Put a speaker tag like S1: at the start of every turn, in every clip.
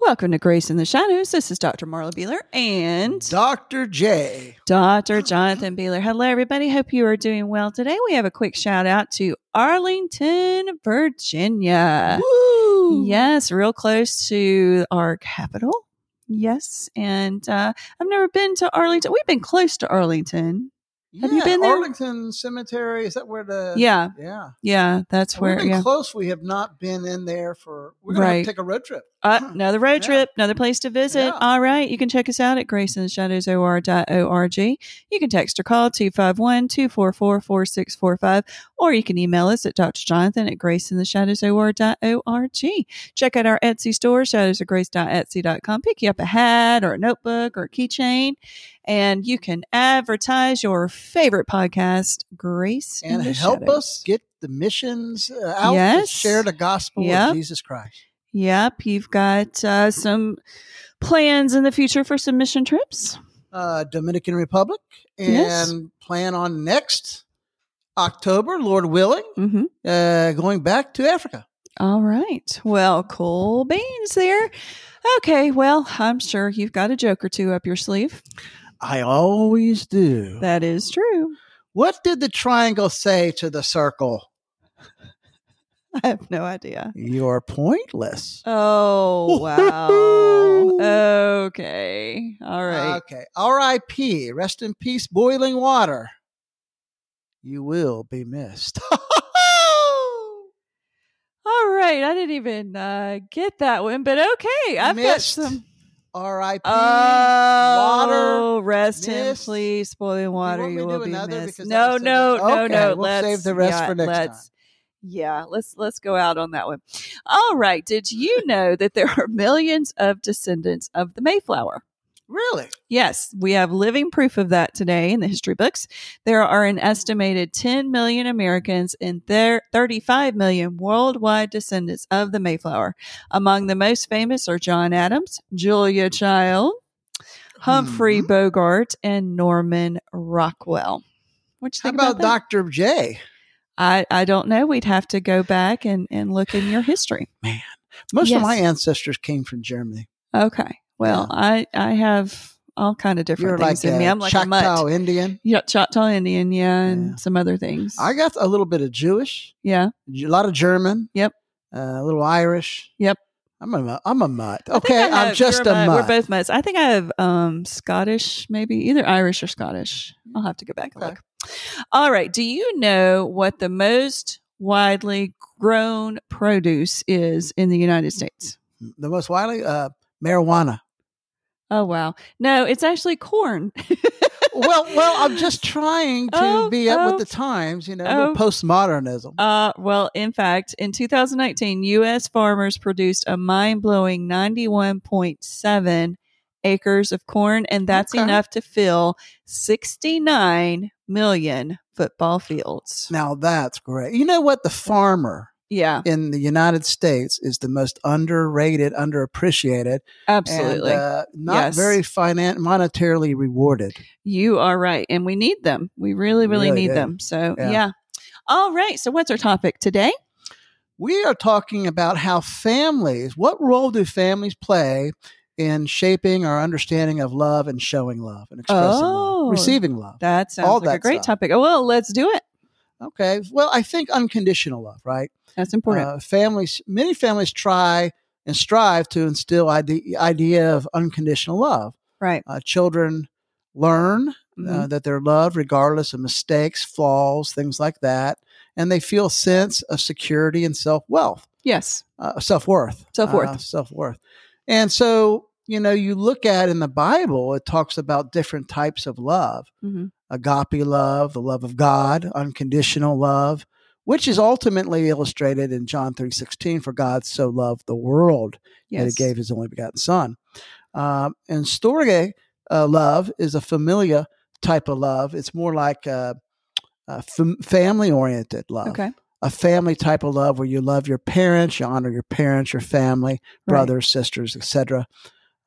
S1: Welcome to Grace in the Shadows. This is Dr. Marla Beeler and
S2: Dr. J.
S1: Dr. Jonathan Beeler. Hello, everybody. Hope you are doing well today. We have a quick shout out to Arlington, Virginia.
S2: Woo!
S1: Yes, real close to our capital. Yes. And uh, I've never been to Arlington. We've been close to Arlington. have you
S2: Yeah,
S1: been there?
S2: Arlington Cemetery. Is that where the.
S1: Yeah.
S2: Yeah.
S1: Yeah. That's
S2: We've
S1: where.
S2: been
S1: Yeah.
S2: close. We have not been in there for. We're going
S1: Right.
S2: to take a road trip.
S1: Uh, another road
S2: Yeah.
S1: trip, another place to visit.
S2: Yeah.
S1: All right. You can check us out at graceintheshadowsor.org. You can text or call 251 244 4645, or you can email us at drjonathan at graceintheshadowsor.org. Check out our Etsy store, shadowsofgrace.etsy.com. Pick you up a hat or a notebook or a keychain, and you can advertise your favorite podcast, Grace in
S2: And
S1: the
S2: help
S1: Shadows.
S2: us get the missions uh, out
S1: Yes.
S2: to share the gospel
S1: Yep.
S2: of Jesus Christ.
S1: Yep. You've got uh, some plans in the future for some mission trips.
S2: Uh, Dominican Republic and
S1: Yes.
S2: plan on next October, Lord willing,
S1: Mm-hmm.
S2: uh, going back to Africa.
S1: All right. Well, cool beans there. Okay. Well, I'm sure you've got a joke or two up your sleeve.
S2: I always do.
S1: That is true.
S2: What did the triangle say to the circle?
S1: I have no idea.
S2: You're pointless.
S1: Oh, wow. okay. All right.
S2: Okay. R.I.P. Rest in peace, boiling water. You will be missed.
S1: All right. I didn't even uh, get that one, but okay. I've
S2: Missed.
S1: got some.
S2: R.I.P. water.
S1: Oh, rest him,
S2: missed.
S1: please. Boiling water,
S2: want me
S1: you,
S2: to do
S1: will be
S2: another?
S1: missed.
S2: Because
S1: No,
S2: that was so
S1: no,
S2: good.
S1: no,
S2: Okay,
S1: no.
S2: we'll
S1: let's
S2: save the rest
S1: yeah,
S2: for next
S1: let's, Yeah, let's let's go out on that one. All right. Did you know that there are millions of descendants of the Mayflower?
S2: Really?
S1: Yes, we have living proof of that today in the history books. There are an estimated 10 million Americans and there 35 million worldwide descendants of the Mayflower. Among the most famous are John Adams, Julia Child, Humphrey
S2: Mhm.
S1: Bogart, and Norman Rockwell. What you
S2: How
S1: think
S2: about,
S1: that?
S2: Dr. J?
S1: I, I don't know. We'd have to go back and, and look in your history.
S2: Most
S1: Yes.
S2: of my ancestors came from Germany.
S1: Okay. Well, I, I have all kind of
S2: You're
S1: different
S2: like
S1: things in
S2: a
S1: me. I'm like a mutt.
S2: Choctaw Indian.
S1: Yeah, Choctaw Indian, yeah, and
S2: Yeah.
S1: some other things.
S2: I got a little bit of Jewish,
S1: yeah,
S2: a lot of German.
S1: Yep.
S2: Uh, a little Irish.
S1: Yep.
S2: I'm a mu- I'm a mutt.
S1: I think
S2: Okay,
S1: I
S2: I'm
S1: have-
S2: just
S1: you're
S2: a mutt.
S1: We're both mutts. I think I have um, Scottish, maybe either Irish or Scottish. I'll have to go back and
S2: Okay.
S1: look. All right. Do you know what the most widely grown produce is in the United States?
S2: the most widely uh, marijuana. Mm-hmm.
S1: Oh wow, no, it's actually corn.
S2: well, well, I'm just trying to
S1: Oh,
S2: be up
S1: oh,
S2: with the times, you know,
S1: oh.
S2: little postmodernism.
S1: Uh, well, in fact, in 2019, U.S. farmers produced a mind blowing 91.7 acres of corn, and that's
S2: Okay.
S1: enough to fill 69 million football fields.
S2: now that's great. You know what? The farmer
S1: Yeah,
S2: in the United States is the most underrated, underappreciated,
S1: absolutely.
S2: and uh, not
S1: Yes.
S2: very finan- monetarily rewarded.
S1: you are right. And we need them. We really, really,
S2: Really
S1: need
S2: do.
S1: them. So, yeah.
S2: Yeah.
S1: All right. So, what's our topic today?
S2: We are talking about how families. What role do families play? In shaping our understanding of love and showing love and expressing
S1: Oh.
S2: love, receiving love.
S1: That sounds
S2: All
S1: like a
S2: that
S1: great
S2: stuff.
S1: topic. Oh, well, let's do it.
S2: Okay. Well, I think unconditional love, right?
S1: That's important.
S2: Uh, families, many families try and strive to instill ide- idea of unconditional love.
S1: right.
S2: Uh, children learn
S1: Mhm.
S2: uh, that they're loved regardless of mistakes, flaws, things like that, and they feel a sense of security and self wealth,
S1: yes.
S2: uh, self worth,
S1: Self-worth.
S2: self worth. And so, you know, you look at in the Bible, it talks about different types of love
S1: Mhm.
S2: agape love, the love of God, unconditional love, which is ultimately illustrated in John 3:16 for God so loved the world that
S1: Yes.
S2: he gave his only begotten son. Um, and storge uh, love is a familiar type of love. It's more like uh, uh, fam- family oriented love.
S1: okay.
S2: A family type of love where you love your parents, you honor your parents, your family,
S1: Right.
S2: brothers, sisters, etc.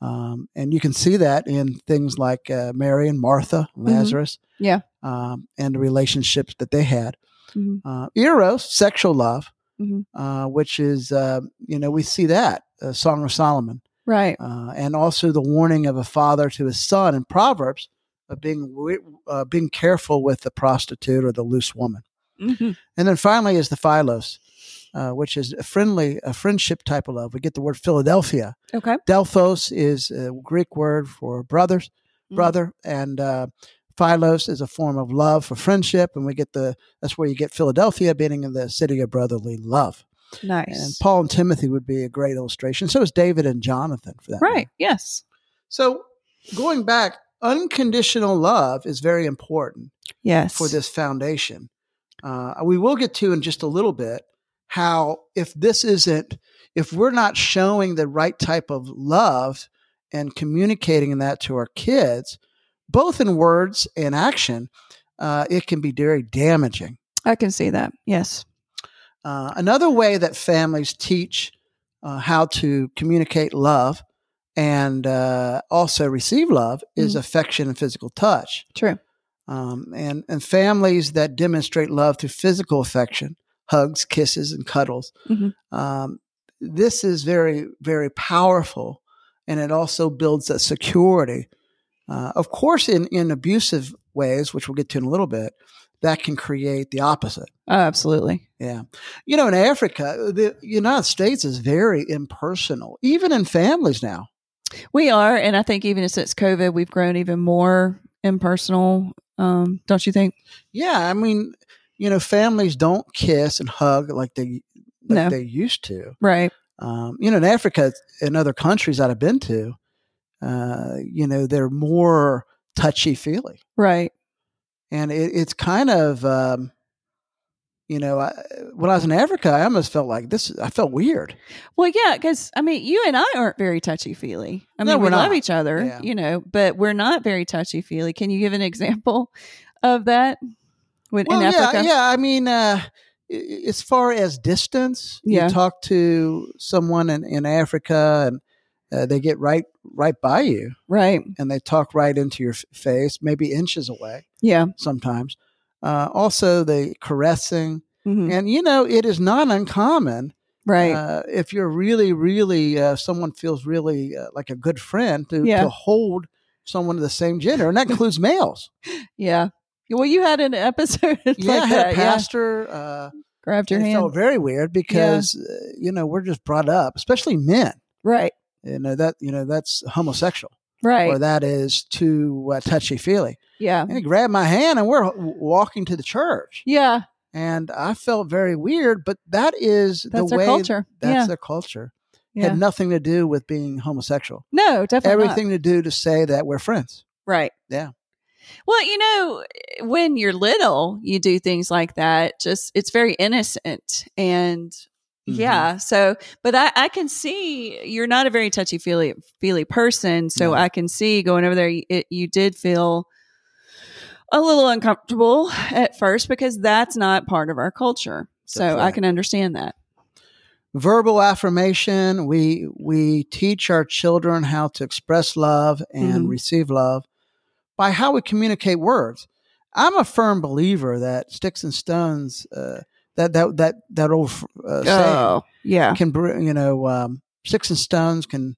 S2: Um, and you can see that in things like uh, Mary and Martha, Lazarus,
S1: Mm-hmm. Yeah.
S2: um, and the relationships that they had.
S1: Mhm.
S2: Uh, Eros, sexual love,
S1: Mhm.
S2: um, uh, which is uh, you know we see that uh, Song of Solomon.
S1: Right.
S2: uh, and also the warning of a father to his son in Proverbs of being wi- uh, being careful with the prostitute or the loose woman.
S1: Mhm.
S2: And then finally is the philos, uh, which is a friendly, a friendship type of love. We get the word Philadelphia.
S1: Okay.
S2: Delphos is a Greek word for brothers,
S1: Mhm.
S2: brother, and uh, philos is a form of love for friendship. And we get the that's where you get Philadelphia being in the city of brotherly love. And
S1: Nice.
S2: Paul and Timothy would be a great illustration. So is David and Jonathan for that. matter.
S1: Right. Yes.
S2: So going back, unconditional love is very important
S1: Yes.
S2: for this foundation. Uh, we will get to in just a little bit how if this isn't, if we're not showing the right type of love and communicating that to our kids, both in words and action, uh, it can be very damaging.
S1: I can see that. Yes.
S2: Uh, another way that families teach uh, how to communicate love and uh, also receive love is
S1: Mm.
S2: affection and physical touch.
S1: True.
S2: Um, and, and families that demonstrate love through physical affection, hugs, kisses, and cuddles,
S1: Mhm.
S2: um, this is very, very powerful. And it also builds that security. Uh, of course, in, in abusive ways, which we'll get to in a little bit, that can create the opposite.
S1: Oh, absolutely.
S2: Yeah. You know, in Africa, the United States is very impersonal, even in families now.
S1: We are, and I think even since COVID, we've grown even more impersonal. Um, don't you think?
S2: Yeah. I mean, you know, families don't kiss and hug like they like
S1: No.
S2: they used to.
S1: Right.
S2: Um, you know, in Africa and other countries that I've been to, uh, you know, they're more touchy feely.
S1: Right.
S2: And it, it's kind of, um, you know, I, when I was in Africa, I almost felt like this, I felt weird.
S1: Well, yeah, because I mean, you and I aren't very touchy feely. I
S2: No,
S1: mean,
S2: we're
S1: we love
S2: not.
S1: each other,
S2: Yeah.
S1: you know, but we're not very touchy feely. Can you give an example of that? When
S2: Well,
S1: in
S2: yeah,
S1: Africa,
S2: yeah. I mean, uh, i- i- as far as distance,
S1: Yeah.
S2: you talk to someone in, in Africa, and uh, they get right right by you,
S1: right?
S2: and they talk right into your f- face, maybe inches away
S1: Yeah.
S2: sometimes. Uh, also, the caressing,
S1: hmm
S2: and you know, it is not uncommon
S1: Right.
S2: uh, if you're really, really uh, someone feels really uh, like a good friend to,
S1: Yeah.
S2: to hold someone of the same gender, and that includes males.
S1: yeah. Well, you had an episode like
S2: yeah, I had
S1: that.
S2: a
S1: Yeah.
S2: pastor. Uh,
S1: Grabbed your
S2: it
S1: hand.
S2: felt very weird because uh, you know we're just brought up, especially men.
S1: Right.
S2: You know that you know that's homosexual
S1: Right.
S2: or that is too uh, touchy feely.
S1: yeah.
S2: And he grabbed my hand, and we're w- walking to the church,
S1: Yeah.
S2: and I felt very weird. But that is
S1: That's
S2: the
S1: our
S2: way
S1: culture.
S2: that's
S1: yeah.
S2: their culture.
S1: yeah.
S2: Had nothing to do with being homosexual.
S1: no, definitely not.
S2: Everything to do to say that we're friends.
S1: Right.
S2: Yeah.
S1: Well, you know, when you're little, you do things like that. Just it's very innocent and
S2: Mm-hmm.
S1: yeah. So, but I, I can see you're not a very touchy feely feely person. So
S2: No.
S1: I can see going over there. It, you did feel a little uncomfortable at first because that's not part of our culture. So
S2: That's
S1: I
S2: right.
S1: can understand that.
S2: verbal affirmation we we teach our children how to express love and
S1: Mhm.
S2: receive love by how we communicate words i'm a firm believer that sticks and stones uh, that that that that old uh, saying
S1: Oh, yeah.
S2: can br- you know um, sticks and stones can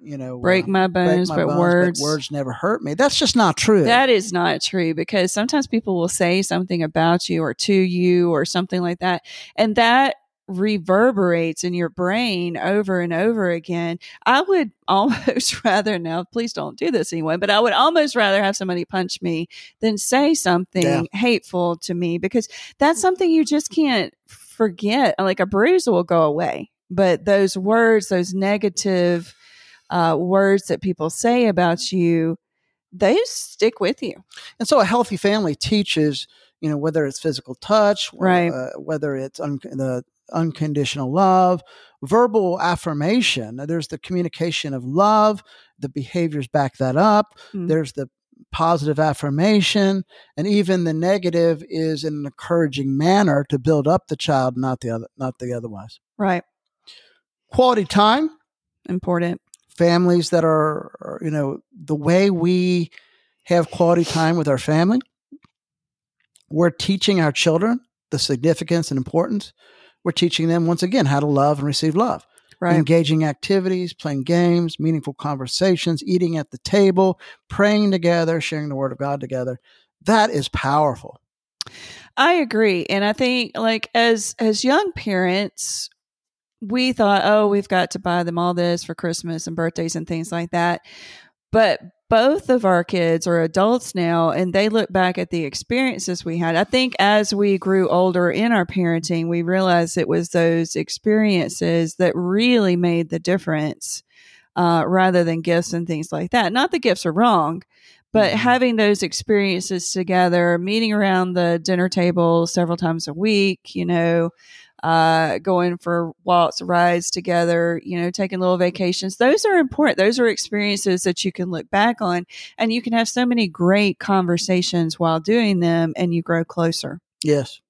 S2: you know
S1: Break
S2: uh,
S1: my bones,
S2: my
S1: but,
S2: bones,
S1: words.
S2: words never hurt me that's just not true
S1: That is not true because sometimes people will say something about you or to you or something like that. And that reverberates in your brain over and over again. I would almost rather now, please don't do this anyway, but I would almost rather have somebody punch me than say something
S2: Yeah.
S1: hateful to me because that's something you just can't forget. Like a bruise will go away, but those words, those negative uh, words that people say about you, they stick with you.
S2: And so a healthy family teaches, you know, whether it's physical touch, or,
S1: Right.
S2: uh, whether it's un- the unconditional love, verbal affirmation. There's the communication of love, the behaviors back that up.
S1: Mm.
S2: There's the positive affirmation, and even the negative is in an encouraging manner to build up the child, not the other, not the otherwise.
S1: Right.
S2: Quality time
S1: Important.
S2: families that are, are, you know the way we have quality time with our family we're teaching our children the significance and importance we're teaching them once again how to love and receive love
S1: Right.
S2: engaging activities, playing games, meaningful conversations, eating at the table, praying together, sharing the word of God together. That is powerful.
S1: I agree. And I think like as as young parents, we thought, oh, we've got to buy them all this for Christmas and birthdays and things like that. But both of our kids are adults now and they look back at the experiences we had. I think as we grew older in our parenting, we realized it was those experiences that really made the difference uh, rather than gifts and things like that. Not that gifts are wrong, but
S2: Mm-hmm.
S1: having those experiences together, meeting around the dinner table several times a week, you know, uh, going for walks, rides together, you know, taking little vacations. Those are important. Those are experiences that you can look back on and you can have so many great conversations while doing them and you grow closer.
S2: Yes.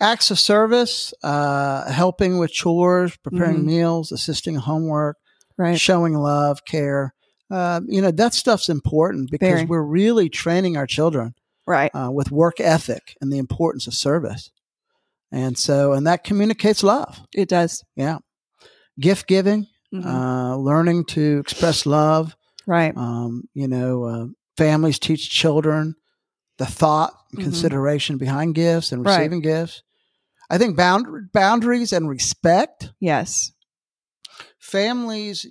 S2: Acts of service, uh, helping with chores, preparing
S1: Mhm.
S2: meals, assisting homework,
S1: Right.
S2: showing love, care. Uh, you know, that stuff's important because
S1: Very.
S2: we're really training our children
S1: Right.
S2: uh, with work ethic and the importance of service. And so, and that communicates love.
S1: It does.
S2: Yeah. Gift giving,
S1: Mhm.
S2: uh, learning to express love.
S1: right.
S2: Um, you know, uh, families teach children the thought and
S1: Mhm.
S2: consideration behind gifts and
S1: Right.
S2: receiving gifts. I think bound- boundaries and respect.
S1: Yes.
S2: Families,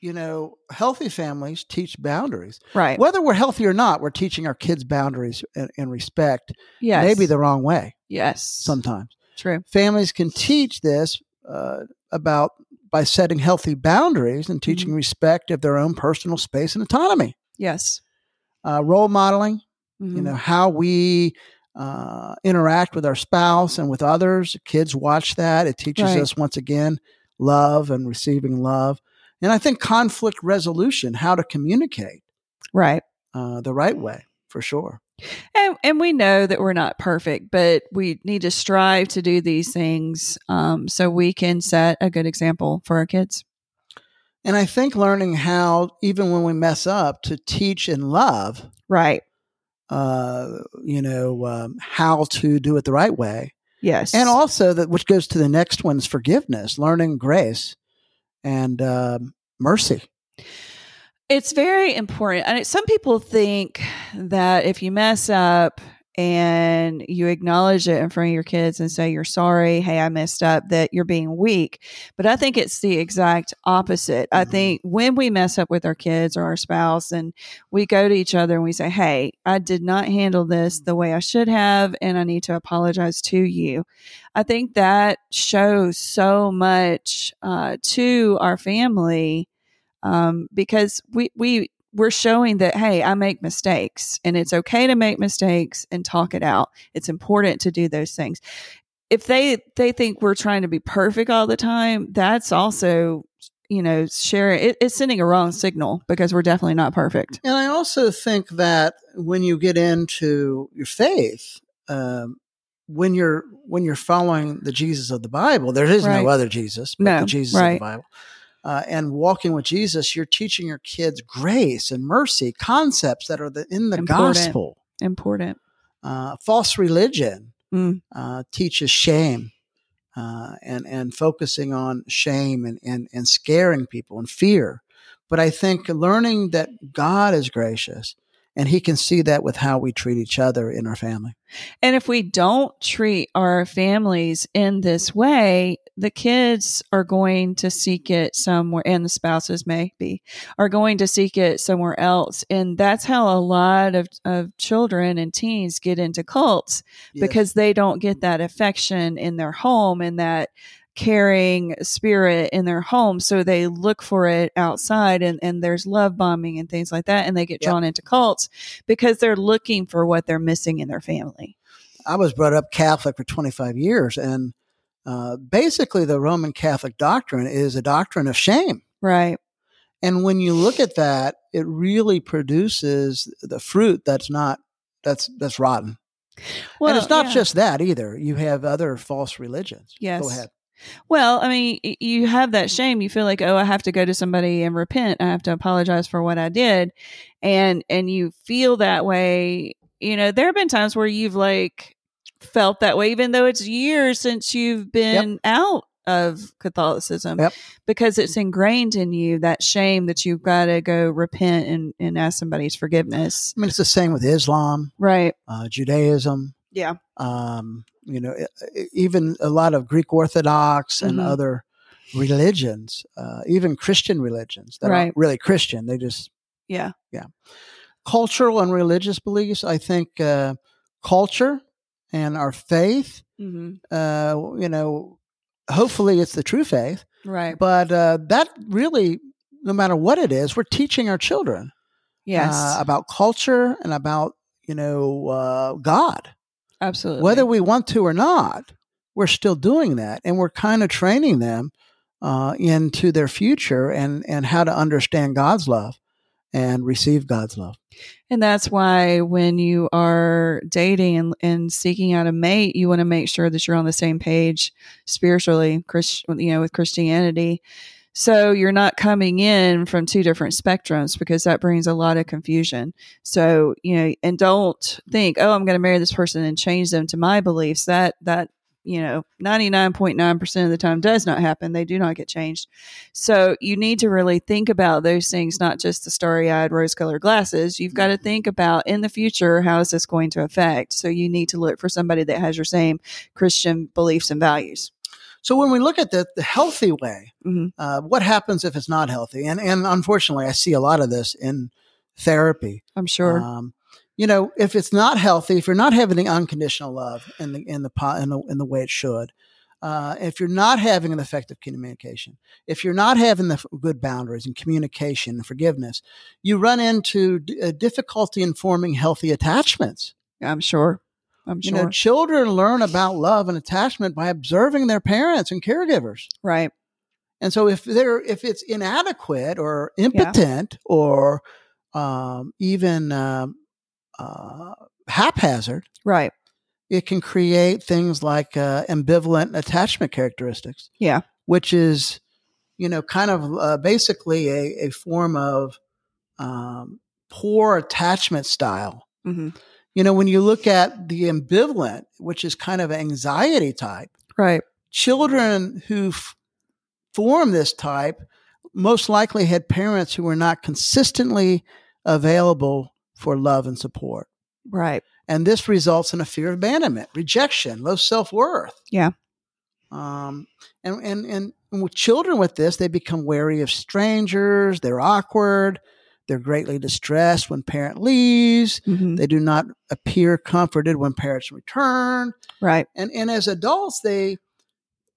S2: you know, healthy families teach boundaries.
S1: Right.
S2: Whether we're healthy or not, we're teaching our kids boundaries and, and respect,
S1: Yes.
S2: maybe the wrong way
S1: Yes.
S2: sometimes.
S1: True.
S2: Families can teach this uh, about by setting healthy boundaries
S1: Mm-hmm.
S2: and teaching respect of their own personal space and autonomy.
S1: Yes.
S2: Uh, role modeling,
S1: Mhm.
S2: you know how we uh, interact with our spouse and with others kids watch that it teaches
S1: Right.
S2: us once again love and receiving love and i think conflict resolution how to communicate
S1: Right.
S2: uh, the right way for sure
S1: And, and we know that we're not perfect, but we need to strive to do these things um, so we can set a good example for our kids.
S2: and i think learning how even when we mess up to teach and love
S1: Right.
S2: uh, you know um, how to do it the right way
S1: Yes.
S2: and also that which goes to the next one is forgiveness learning grace and um, mercy
S1: It's very important. And it, some people think that if you mess up and you acknowledge it in front of your kids and say you're sorry, hey, I messed up, that you're being weak. But I think it's the exact opposite. I
S2: Mhm.
S1: think when we mess up with our kids or our spouse and we go to each other and we say, hey, I did not handle this the way I should have, and I need to apologize to you. I think that shows so much uh, to our family um, because we we we're showing that hey i make mistakes and it's okay to make mistakes and talk it out it's important to do those things if they they think we're trying to be perfect all the time that's also you know sharing it, it's sending a wrong signal because we're definitely not perfect
S2: And I also think that when you get into your faith, um, when you're when you're following the Jesus of the Bible, there is
S1: Right.
S2: no other Jesus but
S1: No,
S2: the Jesus of
S1: right.
S2: the Bible. Uh, and walking with Jesus, you're teaching your kids grace and mercy, concepts that are the, in the
S1: Important.
S2: gospel.
S1: important
S2: Uh, false religion
S1: Mm.
S2: uh, teaches shame uh, and and focusing on shame and, and and scaring people and fear. But I think learning that God is gracious and He can see that with how we treat each other in our family.
S1: and if we don't treat our families in this way the kids are going to seek it somewhere and the spouses maybe are going to seek it somewhere else and that's how a lot of, of children and teens get into cults because they don't get that affection in their home and that caring spirit in their home so they look for it outside and, and there's love bombing and things like that and they get
S2: Yep.
S1: drawn into cults because they're looking for what they're missing in their family
S2: I was brought up Catholic for 25 years, and uh, basically the Roman Catholic doctrine is a doctrine of shame.
S1: right
S2: And when you look at that, it really produces the fruit that's not that's that's rotten. and it's not
S1: yeah.
S2: just that either. You have other false religions. Go
S1: Yes.
S2: ahead.
S1: well i mean y- you have that shame you feel like oh i have to go to somebody and repent i have to apologize for what i did and and you feel that way you know there have been times where you've like felt that way even though it's years since you've been out of Catholicism
S2: Yep.
S1: because it's ingrained in you that shame that you've got to go repent and, and ask somebody's forgiveness.
S2: I mean, it's the same with Islam,
S1: Right.
S2: uh, Judaism.
S1: Yeah.
S2: Um, you know, e- e- even a lot of Greek Orthodox and
S1: Mhm.
S2: other religions, uh, even Christian religions that
S1: Right.
S2: aren't really Christian. They just
S1: Yeah.
S2: cultural and religious beliefs. I think uh, culture and our faith.
S1: hmm
S2: Uh, you know, hopefully it's the true faith,
S1: Right.
S2: but uh, that really, no matter what it is, we're teaching our children
S1: Yes.
S2: uh, about culture and about you know uh, God.
S1: absolutely.
S2: Whether we want to or not, we're still doing that, and we're kind of training them uh, into their future and and how to understand God's love and receive God's love.
S1: And that's why when you are dating and, and seeking out a mate, you want to make sure that you're on the same page spiritually, Chris, you know, with Christianity. So you're not coming in from two different spectrums because that brings a lot of confusion. So, you know, and don't think, oh, I'm going to marry this person and change them to my beliefs. That, that, you know, 99.9% of the time does not happen. They do not get changed. So you need to really think about those things, not just the starry eyed rose colored glasses. You've
S2: Mm-hmm.
S1: got to think about in the future, how is this going to affect? So you need to look for somebody that has your same Christian beliefs and values.
S2: So when we look at the, the healthy way,
S1: Mhm.
S2: uh, what happens if it's not healthy? And and unfortunately, I see a lot of this in therapy.
S1: I'm sure.
S2: Um, you know, if it's not healthy, if you're not having the unconditional love in the in the po- in the, in the way it should, uh, if you're not having an effective communication, if you're not having the f- good boundaries and communication and forgiveness, you run into d- uh, difficulty in forming healthy attachments.
S1: I'm sure. I'm
S2: You
S1: sure.
S2: know, children learn about love and attachment by observing their parents and caregivers.
S1: right.
S2: And so if they're if it's inadequate or impotent or um, even um, uh, haphazard,
S1: Right.
S2: it can create things like uh, ambivalent attachment characteristics.
S1: Yeah.
S2: which is you know kind of uh, basically a, a form of um, poor attachment style.
S1: hmm
S2: You know, when you look at the ambivalent, which is kind of anxiety type
S1: Right.
S2: children who f- form this type most likely had parents who were not consistently available for love and support.
S1: Right.
S2: And this results in a fear of abandonment, rejection, low self worth.
S1: Yeah.
S2: Um, and, and, and, and with children with this, they become wary of strangers, they're awkward, they're greatly distressed when parent leaves,
S1: hmm
S2: they do not appear comforted when parents return
S1: Right.
S2: and and as adults they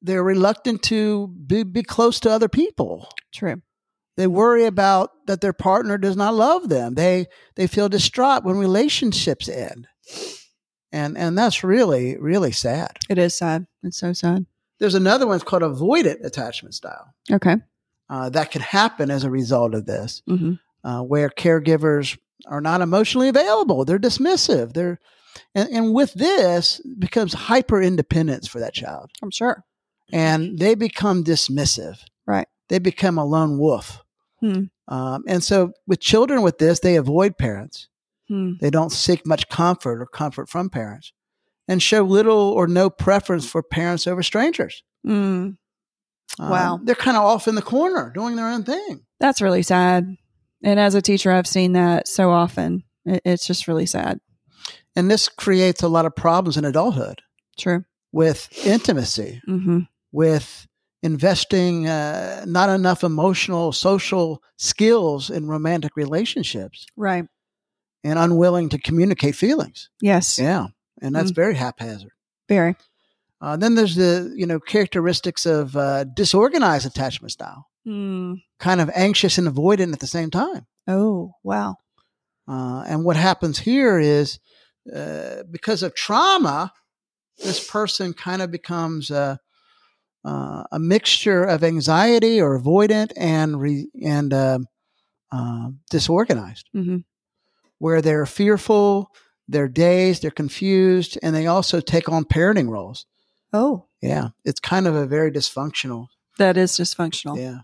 S2: they're reluctant to be, be close to other people
S1: True.
S2: they worry about that their partner does not love them they they feel distraught when relationships end and and that's really really sad
S1: It is sad. It's so sad.
S2: there's another one it's called avoidant attachment style
S1: Okay.
S2: uh, that can happen as a result of this
S1: hmm
S2: uh, where caregivers are not emotionally available they're dismissive they're and, and with this becomes hyper independence for that child
S1: I'm sure.
S2: and they become dismissive.
S1: Right.
S2: They become a lone wolf.
S1: Hmm.
S2: Um, and so, with children with this, they avoid parents.
S1: Hmm.
S2: They don't seek much comfort or comfort from parents and show little or no preference for parents over strangers.
S1: Mm.
S2: Um,
S1: Wow.
S2: They're kind of off in the corner doing their own thing.
S1: That's really sad. And as a teacher, I've seen that so often. It, it's just really sad.
S2: And this creates a lot of problems in adulthood
S1: True.
S2: with intimacy,
S1: hmm
S2: with investing uh, not enough emotional, social skills in romantic relationships.
S1: Right.
S2: and unwilling to communicate feelings.
S1: Yes.
S2: Yeah. And that's very haphazard.
S1: Very.
S2: Uh, then there's the, you know, characteristics of uh, disorganized attachment style,
S1: Mm.
S2: kind of anxious and avoidant at the same time.
S1: Oh, wow.
S2: Uh, and what happens here is uh, because of trauma, this person kind of becomes uh, uh, a mixture of anxiety or avoidant and re- and um um disorganized.
S1: hmm
S2: where they're fearful, they're dazed, they're confused, and they also take on parenting roles.
S1: Oh,
S2: Yeah, it's kind of a very dysfunctional.
S1: that is dysfunctional.
S2: Yeah.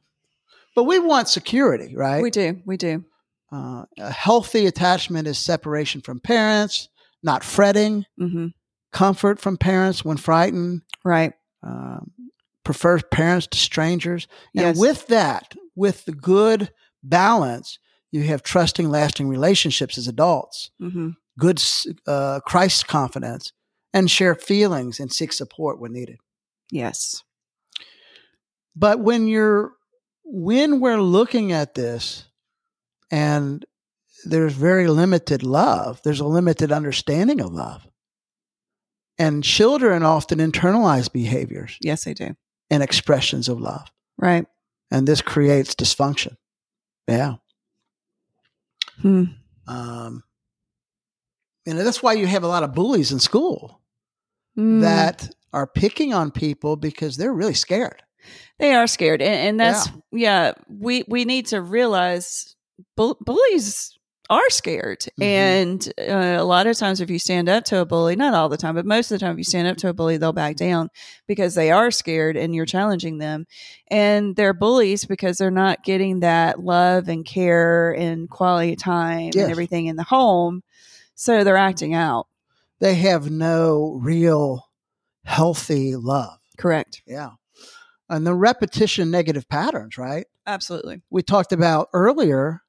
S2: But we want security, right?
S1: We do. We do.
S2: uh, a healthy attachment is separation from parents, not fretting,
S1: hmm
S2: comfort from parents when frightened,
S1: Right.
S2: um, prefers parents to strangers. And
S1: Yes.
S2: with that, with the good balance, you have trusting, lasting relationships as adults,
S1: Mm-hmm.
S2: good s- uh, Christ confidence, and share feelings and seek support when needed.
S1: Yes.
S2: But when you're when we're looking at this and there's very limited love, there's a limited understanding of love. And children often internalize behaviors
S1: Yes, I do.
S2: and expressions of love.
S1: Right.
S2: And this creates dysfunction. Yeah.
S1: Hmm.
S2: Um, and that's why you have a lot of bullies in school
S1: Mm.
S2: that are picking on people because they're really scared.
S1: they are scared, and, and that's yeah. We we need to realize bull bullies are scared,
S2: Mhm.
S1: and uh, a lot of times if you stand up to a bully, not all the time, but most of the time, if you stand up to a bully, they'll back down because they are scared, and you're challenging them, and they're bullies because they're not getting that love and care and quality time
S2: Yes.
S1: and everything in the home, so they're acting out.
S2: They have no real healthy love.
S1: Correct.
S2: Yeah. And the repetition negative patterns, right?
S1: Absolutely.
S2: We talked about earlier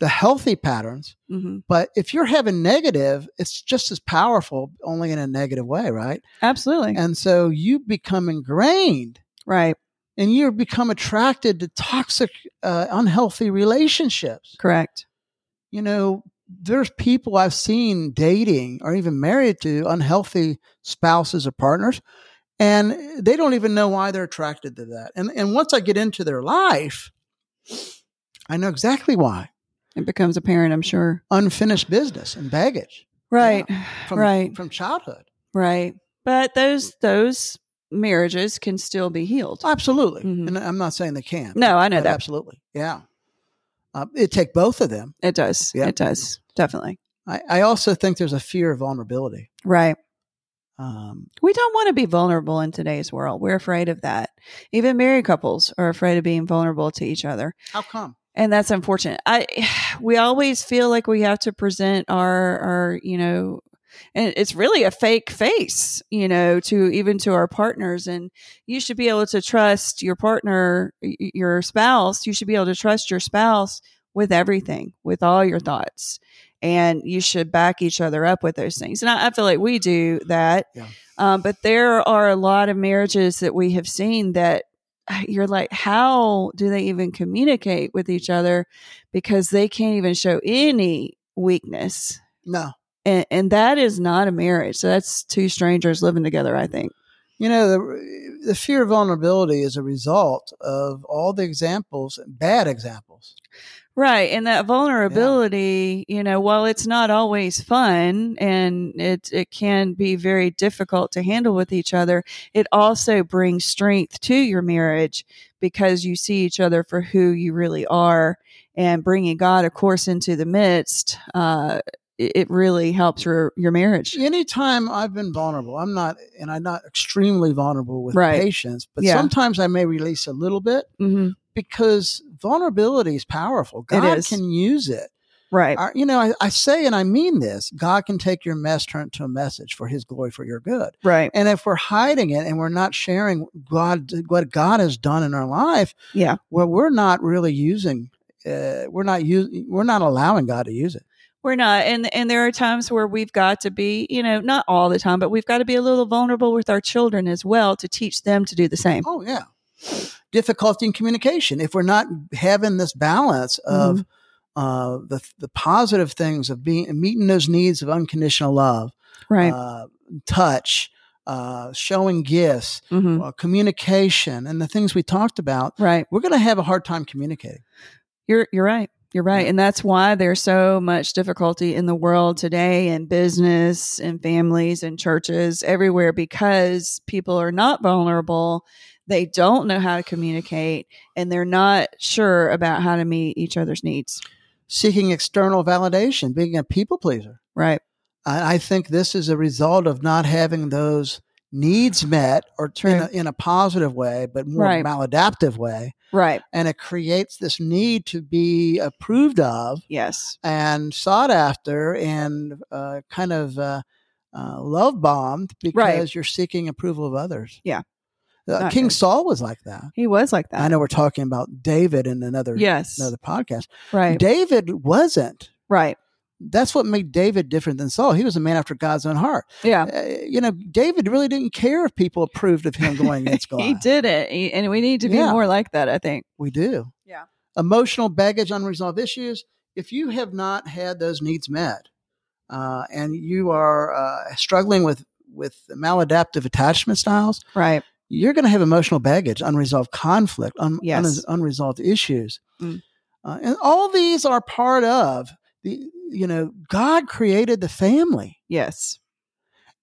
S2: the healthy patterns,
S1: hmm
S2: but if you're having negative, it's just as powerful, only in a negative way, right?
S1: Absolutely.
S2: And so you become ingrained
S1: right.
S2: and you become attracted to toxic, uh, unhealthy relationships.
S1: Correct.
S2: You know, there's people I've seen dating or even married to unhealthy spouses or partners, and they don't even know why they're attracted to that. And and once I get into their life, I know exactly why.
S1: It becomes apparent, I'm sure.
S2: Unfinished business and baggage
S1: Right.
S2: from
S1: Right.
S2: from childhood.
S1: Right. But those those marriages can still be
S2: Oh,
S1: healed.
S2: Absolutely.
S1: Mhm.
S2: And I'm not saying they can't.
S1: No, I know
S2: But
S1: that.
S2: Absolutely. Yeah. Uh, it take both of them.
S1: It does.
S2: Yeah.
S1: It does. Definitely.
S2: I, I also think there's a fear of vulnerability.
S1: Right.
S2: Um,
S1: We don't want to be vulnerable in today's world. We're afraid of that. Even married couples are afraid of being vulnerable to each other.
S2: how come?
S1: And that's unfortunate. I we always feel like we have to present our our, you know, and it's really a fake face, you know, to even to our partners and you should be able to trust your partner, y- y- your spouse. You should be able to trust your spouse with everything, with all your thoughts. And you should back each other up with those things. And I, I feel like we do that.
S2: Yeah.
S1: Um, but there are a lot of marriages that we have seen that you're like, how do they even communicate with each other? Because they can't even show any weakness.
S2: No.
S1: And, and that is not a marriage. So that's two strangers living together, I think.
S2: You know, the, the fear of vulnerability is a result of all the examples, bad examples.
S1: Right. And that vulnerability, you know, while it's not always fun and it, it can be very difficult to handle with each other, it also brings strength to your marriage because you see each other for who you really are and bringing God, of course, into the midst. Uh, it it really helps your, your marriage.
S2: Anytime I've been vulnerable, I'm not, and I'm not extremely vulnerable with
S1: Right.
S2: patients, but
S1: Yeah.
S2: sometimes I may release a little bit
S1: hmm
S2: because vulnerability is powerful. God
S1: is.
S2: can use it.
S1: Right.
S2: I- you know, I, I say and I mean this God can take your mess, turn it to a message for his glory, for your good.
S1: Right.
S2: And if we're hiding it and we're not sharing God, what God has done in our life,
S1: Yeah.
S2: well we're not really using uh, we're not using we're not allowing god to use it
S1: We're not, and and there are times where we've got to be, you know, not all the time, but we've got to be a little vulnerable with our children as well to teach them to do the same.
S2: oh yeah difficulty in communication if we're not having this balance of uh, the, the positive things of being meeting those needs of unconditional love
S1: Right.
S2: uh, touch uh, showing gifts
S1: hmm
S2: uh, communication and the things we talked about
S1: Right.
S2: we're going to have a hard time communicating
S1: You're you're right. You're right,
S2: Yeah.
S1: and that's why there's so much difficulty in the world today, in business, and families, and churches everywhere, because people are not vulnerable. They don't know how to communicate, and they're not sure about how to meet each other's needs.
S2: seeking external validation being a people pleaser
S1: Right.
S2: I, I think this is a result of not having those needs met or in
S1: True.
S2: a, in a positive way, but more
S1: Right.
S2: maladaptive way.
S1: Right.
S2: And it creates this need to be approved of
S1: Yes.
S2: and sought after and uh, kind of uh, uh, love bombed because
S1: Right.
S2: you're seeking approval of others.
S1: Yeah.
S2: Uh,
S1: Not
S2: King
S1: good.
S2: Saul was like that.
S1: He was like
S2: I
S1: that.
S2: know we're talking about David in another
S1: Yes.
S2: another podcast.
S1: Right.
S2: David wasn't.
S1: right.
S2: That's what made David different than Saul. He was a man after God's own heart.
S1: Yeah.
S2: Uh, you know, David really didn't care if people approved of him going against God.
S1: He did it. He- and we need to be
S2: Yeah.
S1: more like that, I think.
S2: We do.
S1: Yeah.
S2: Emotional baggage, unresolved issues. If you have not had those needs met, uh, and you are uh, struggling with with maladaptive attachment styles,
S1: Right.
S2: you're going to have emotional baggage, unresolved conflict, un-
S1: Yes.
S2: un- unresolved issues,
S1: Mm.
S2: uh, and all these are part of the. You know, God created the family,
S1: Yes.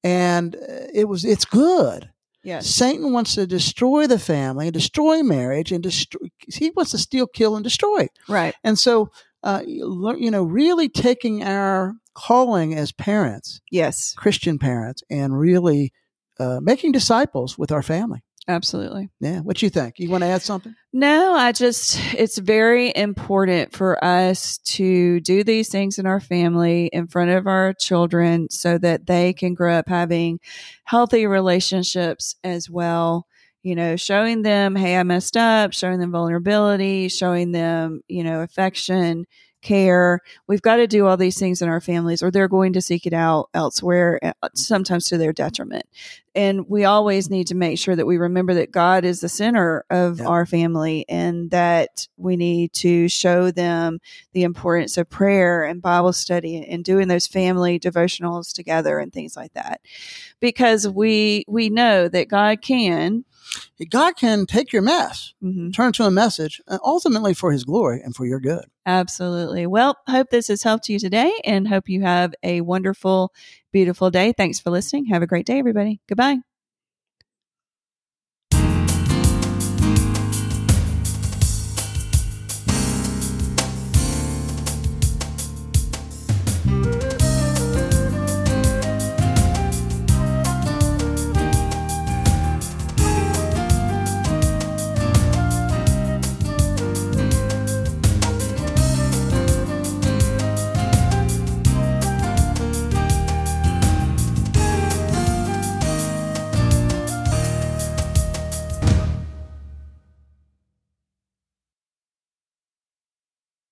S2: and uh, it was it's good.
S1: Yes.
S2: Satan wants to destroy the family, destroy marriage, and destroy. He wants to steal, kill, and destroy.
S1: Right.
S2: And so, uh, you lear- you know, really taking our calling as parents,
S1: Yes.
S2: Christian parents, and really uh, making disciples with our family.
S1: Absolutely.
S2: Yeah. What you think? You want to add something?
S1: No, I just, it's very important for us to do these things in our family in front of our children so that they can grow up having healthy relationships as well. You know, showing them, hey, I messed up, showing them vulnerability, showing them, you know, affection, care. We've got to do all these things in our families or they're going to seek it out elsewhere, uh, sometimes to their detriment and we always need to make sure that we remember that God is the center of
S2: Yeah.
S1: our family and that we need to show them the importance of prayer and Bible study and doing those family devotionals together and things like that because we we know that God can
S2: God can take your mess,
S1: Mhm.
S2: turn it to a message, uh, ultimately for His glory and for your good.
S1: absolutely well hope this has helped you today and hope you have a wonderful beautiful day thanks for listening have a great day everybody goodbye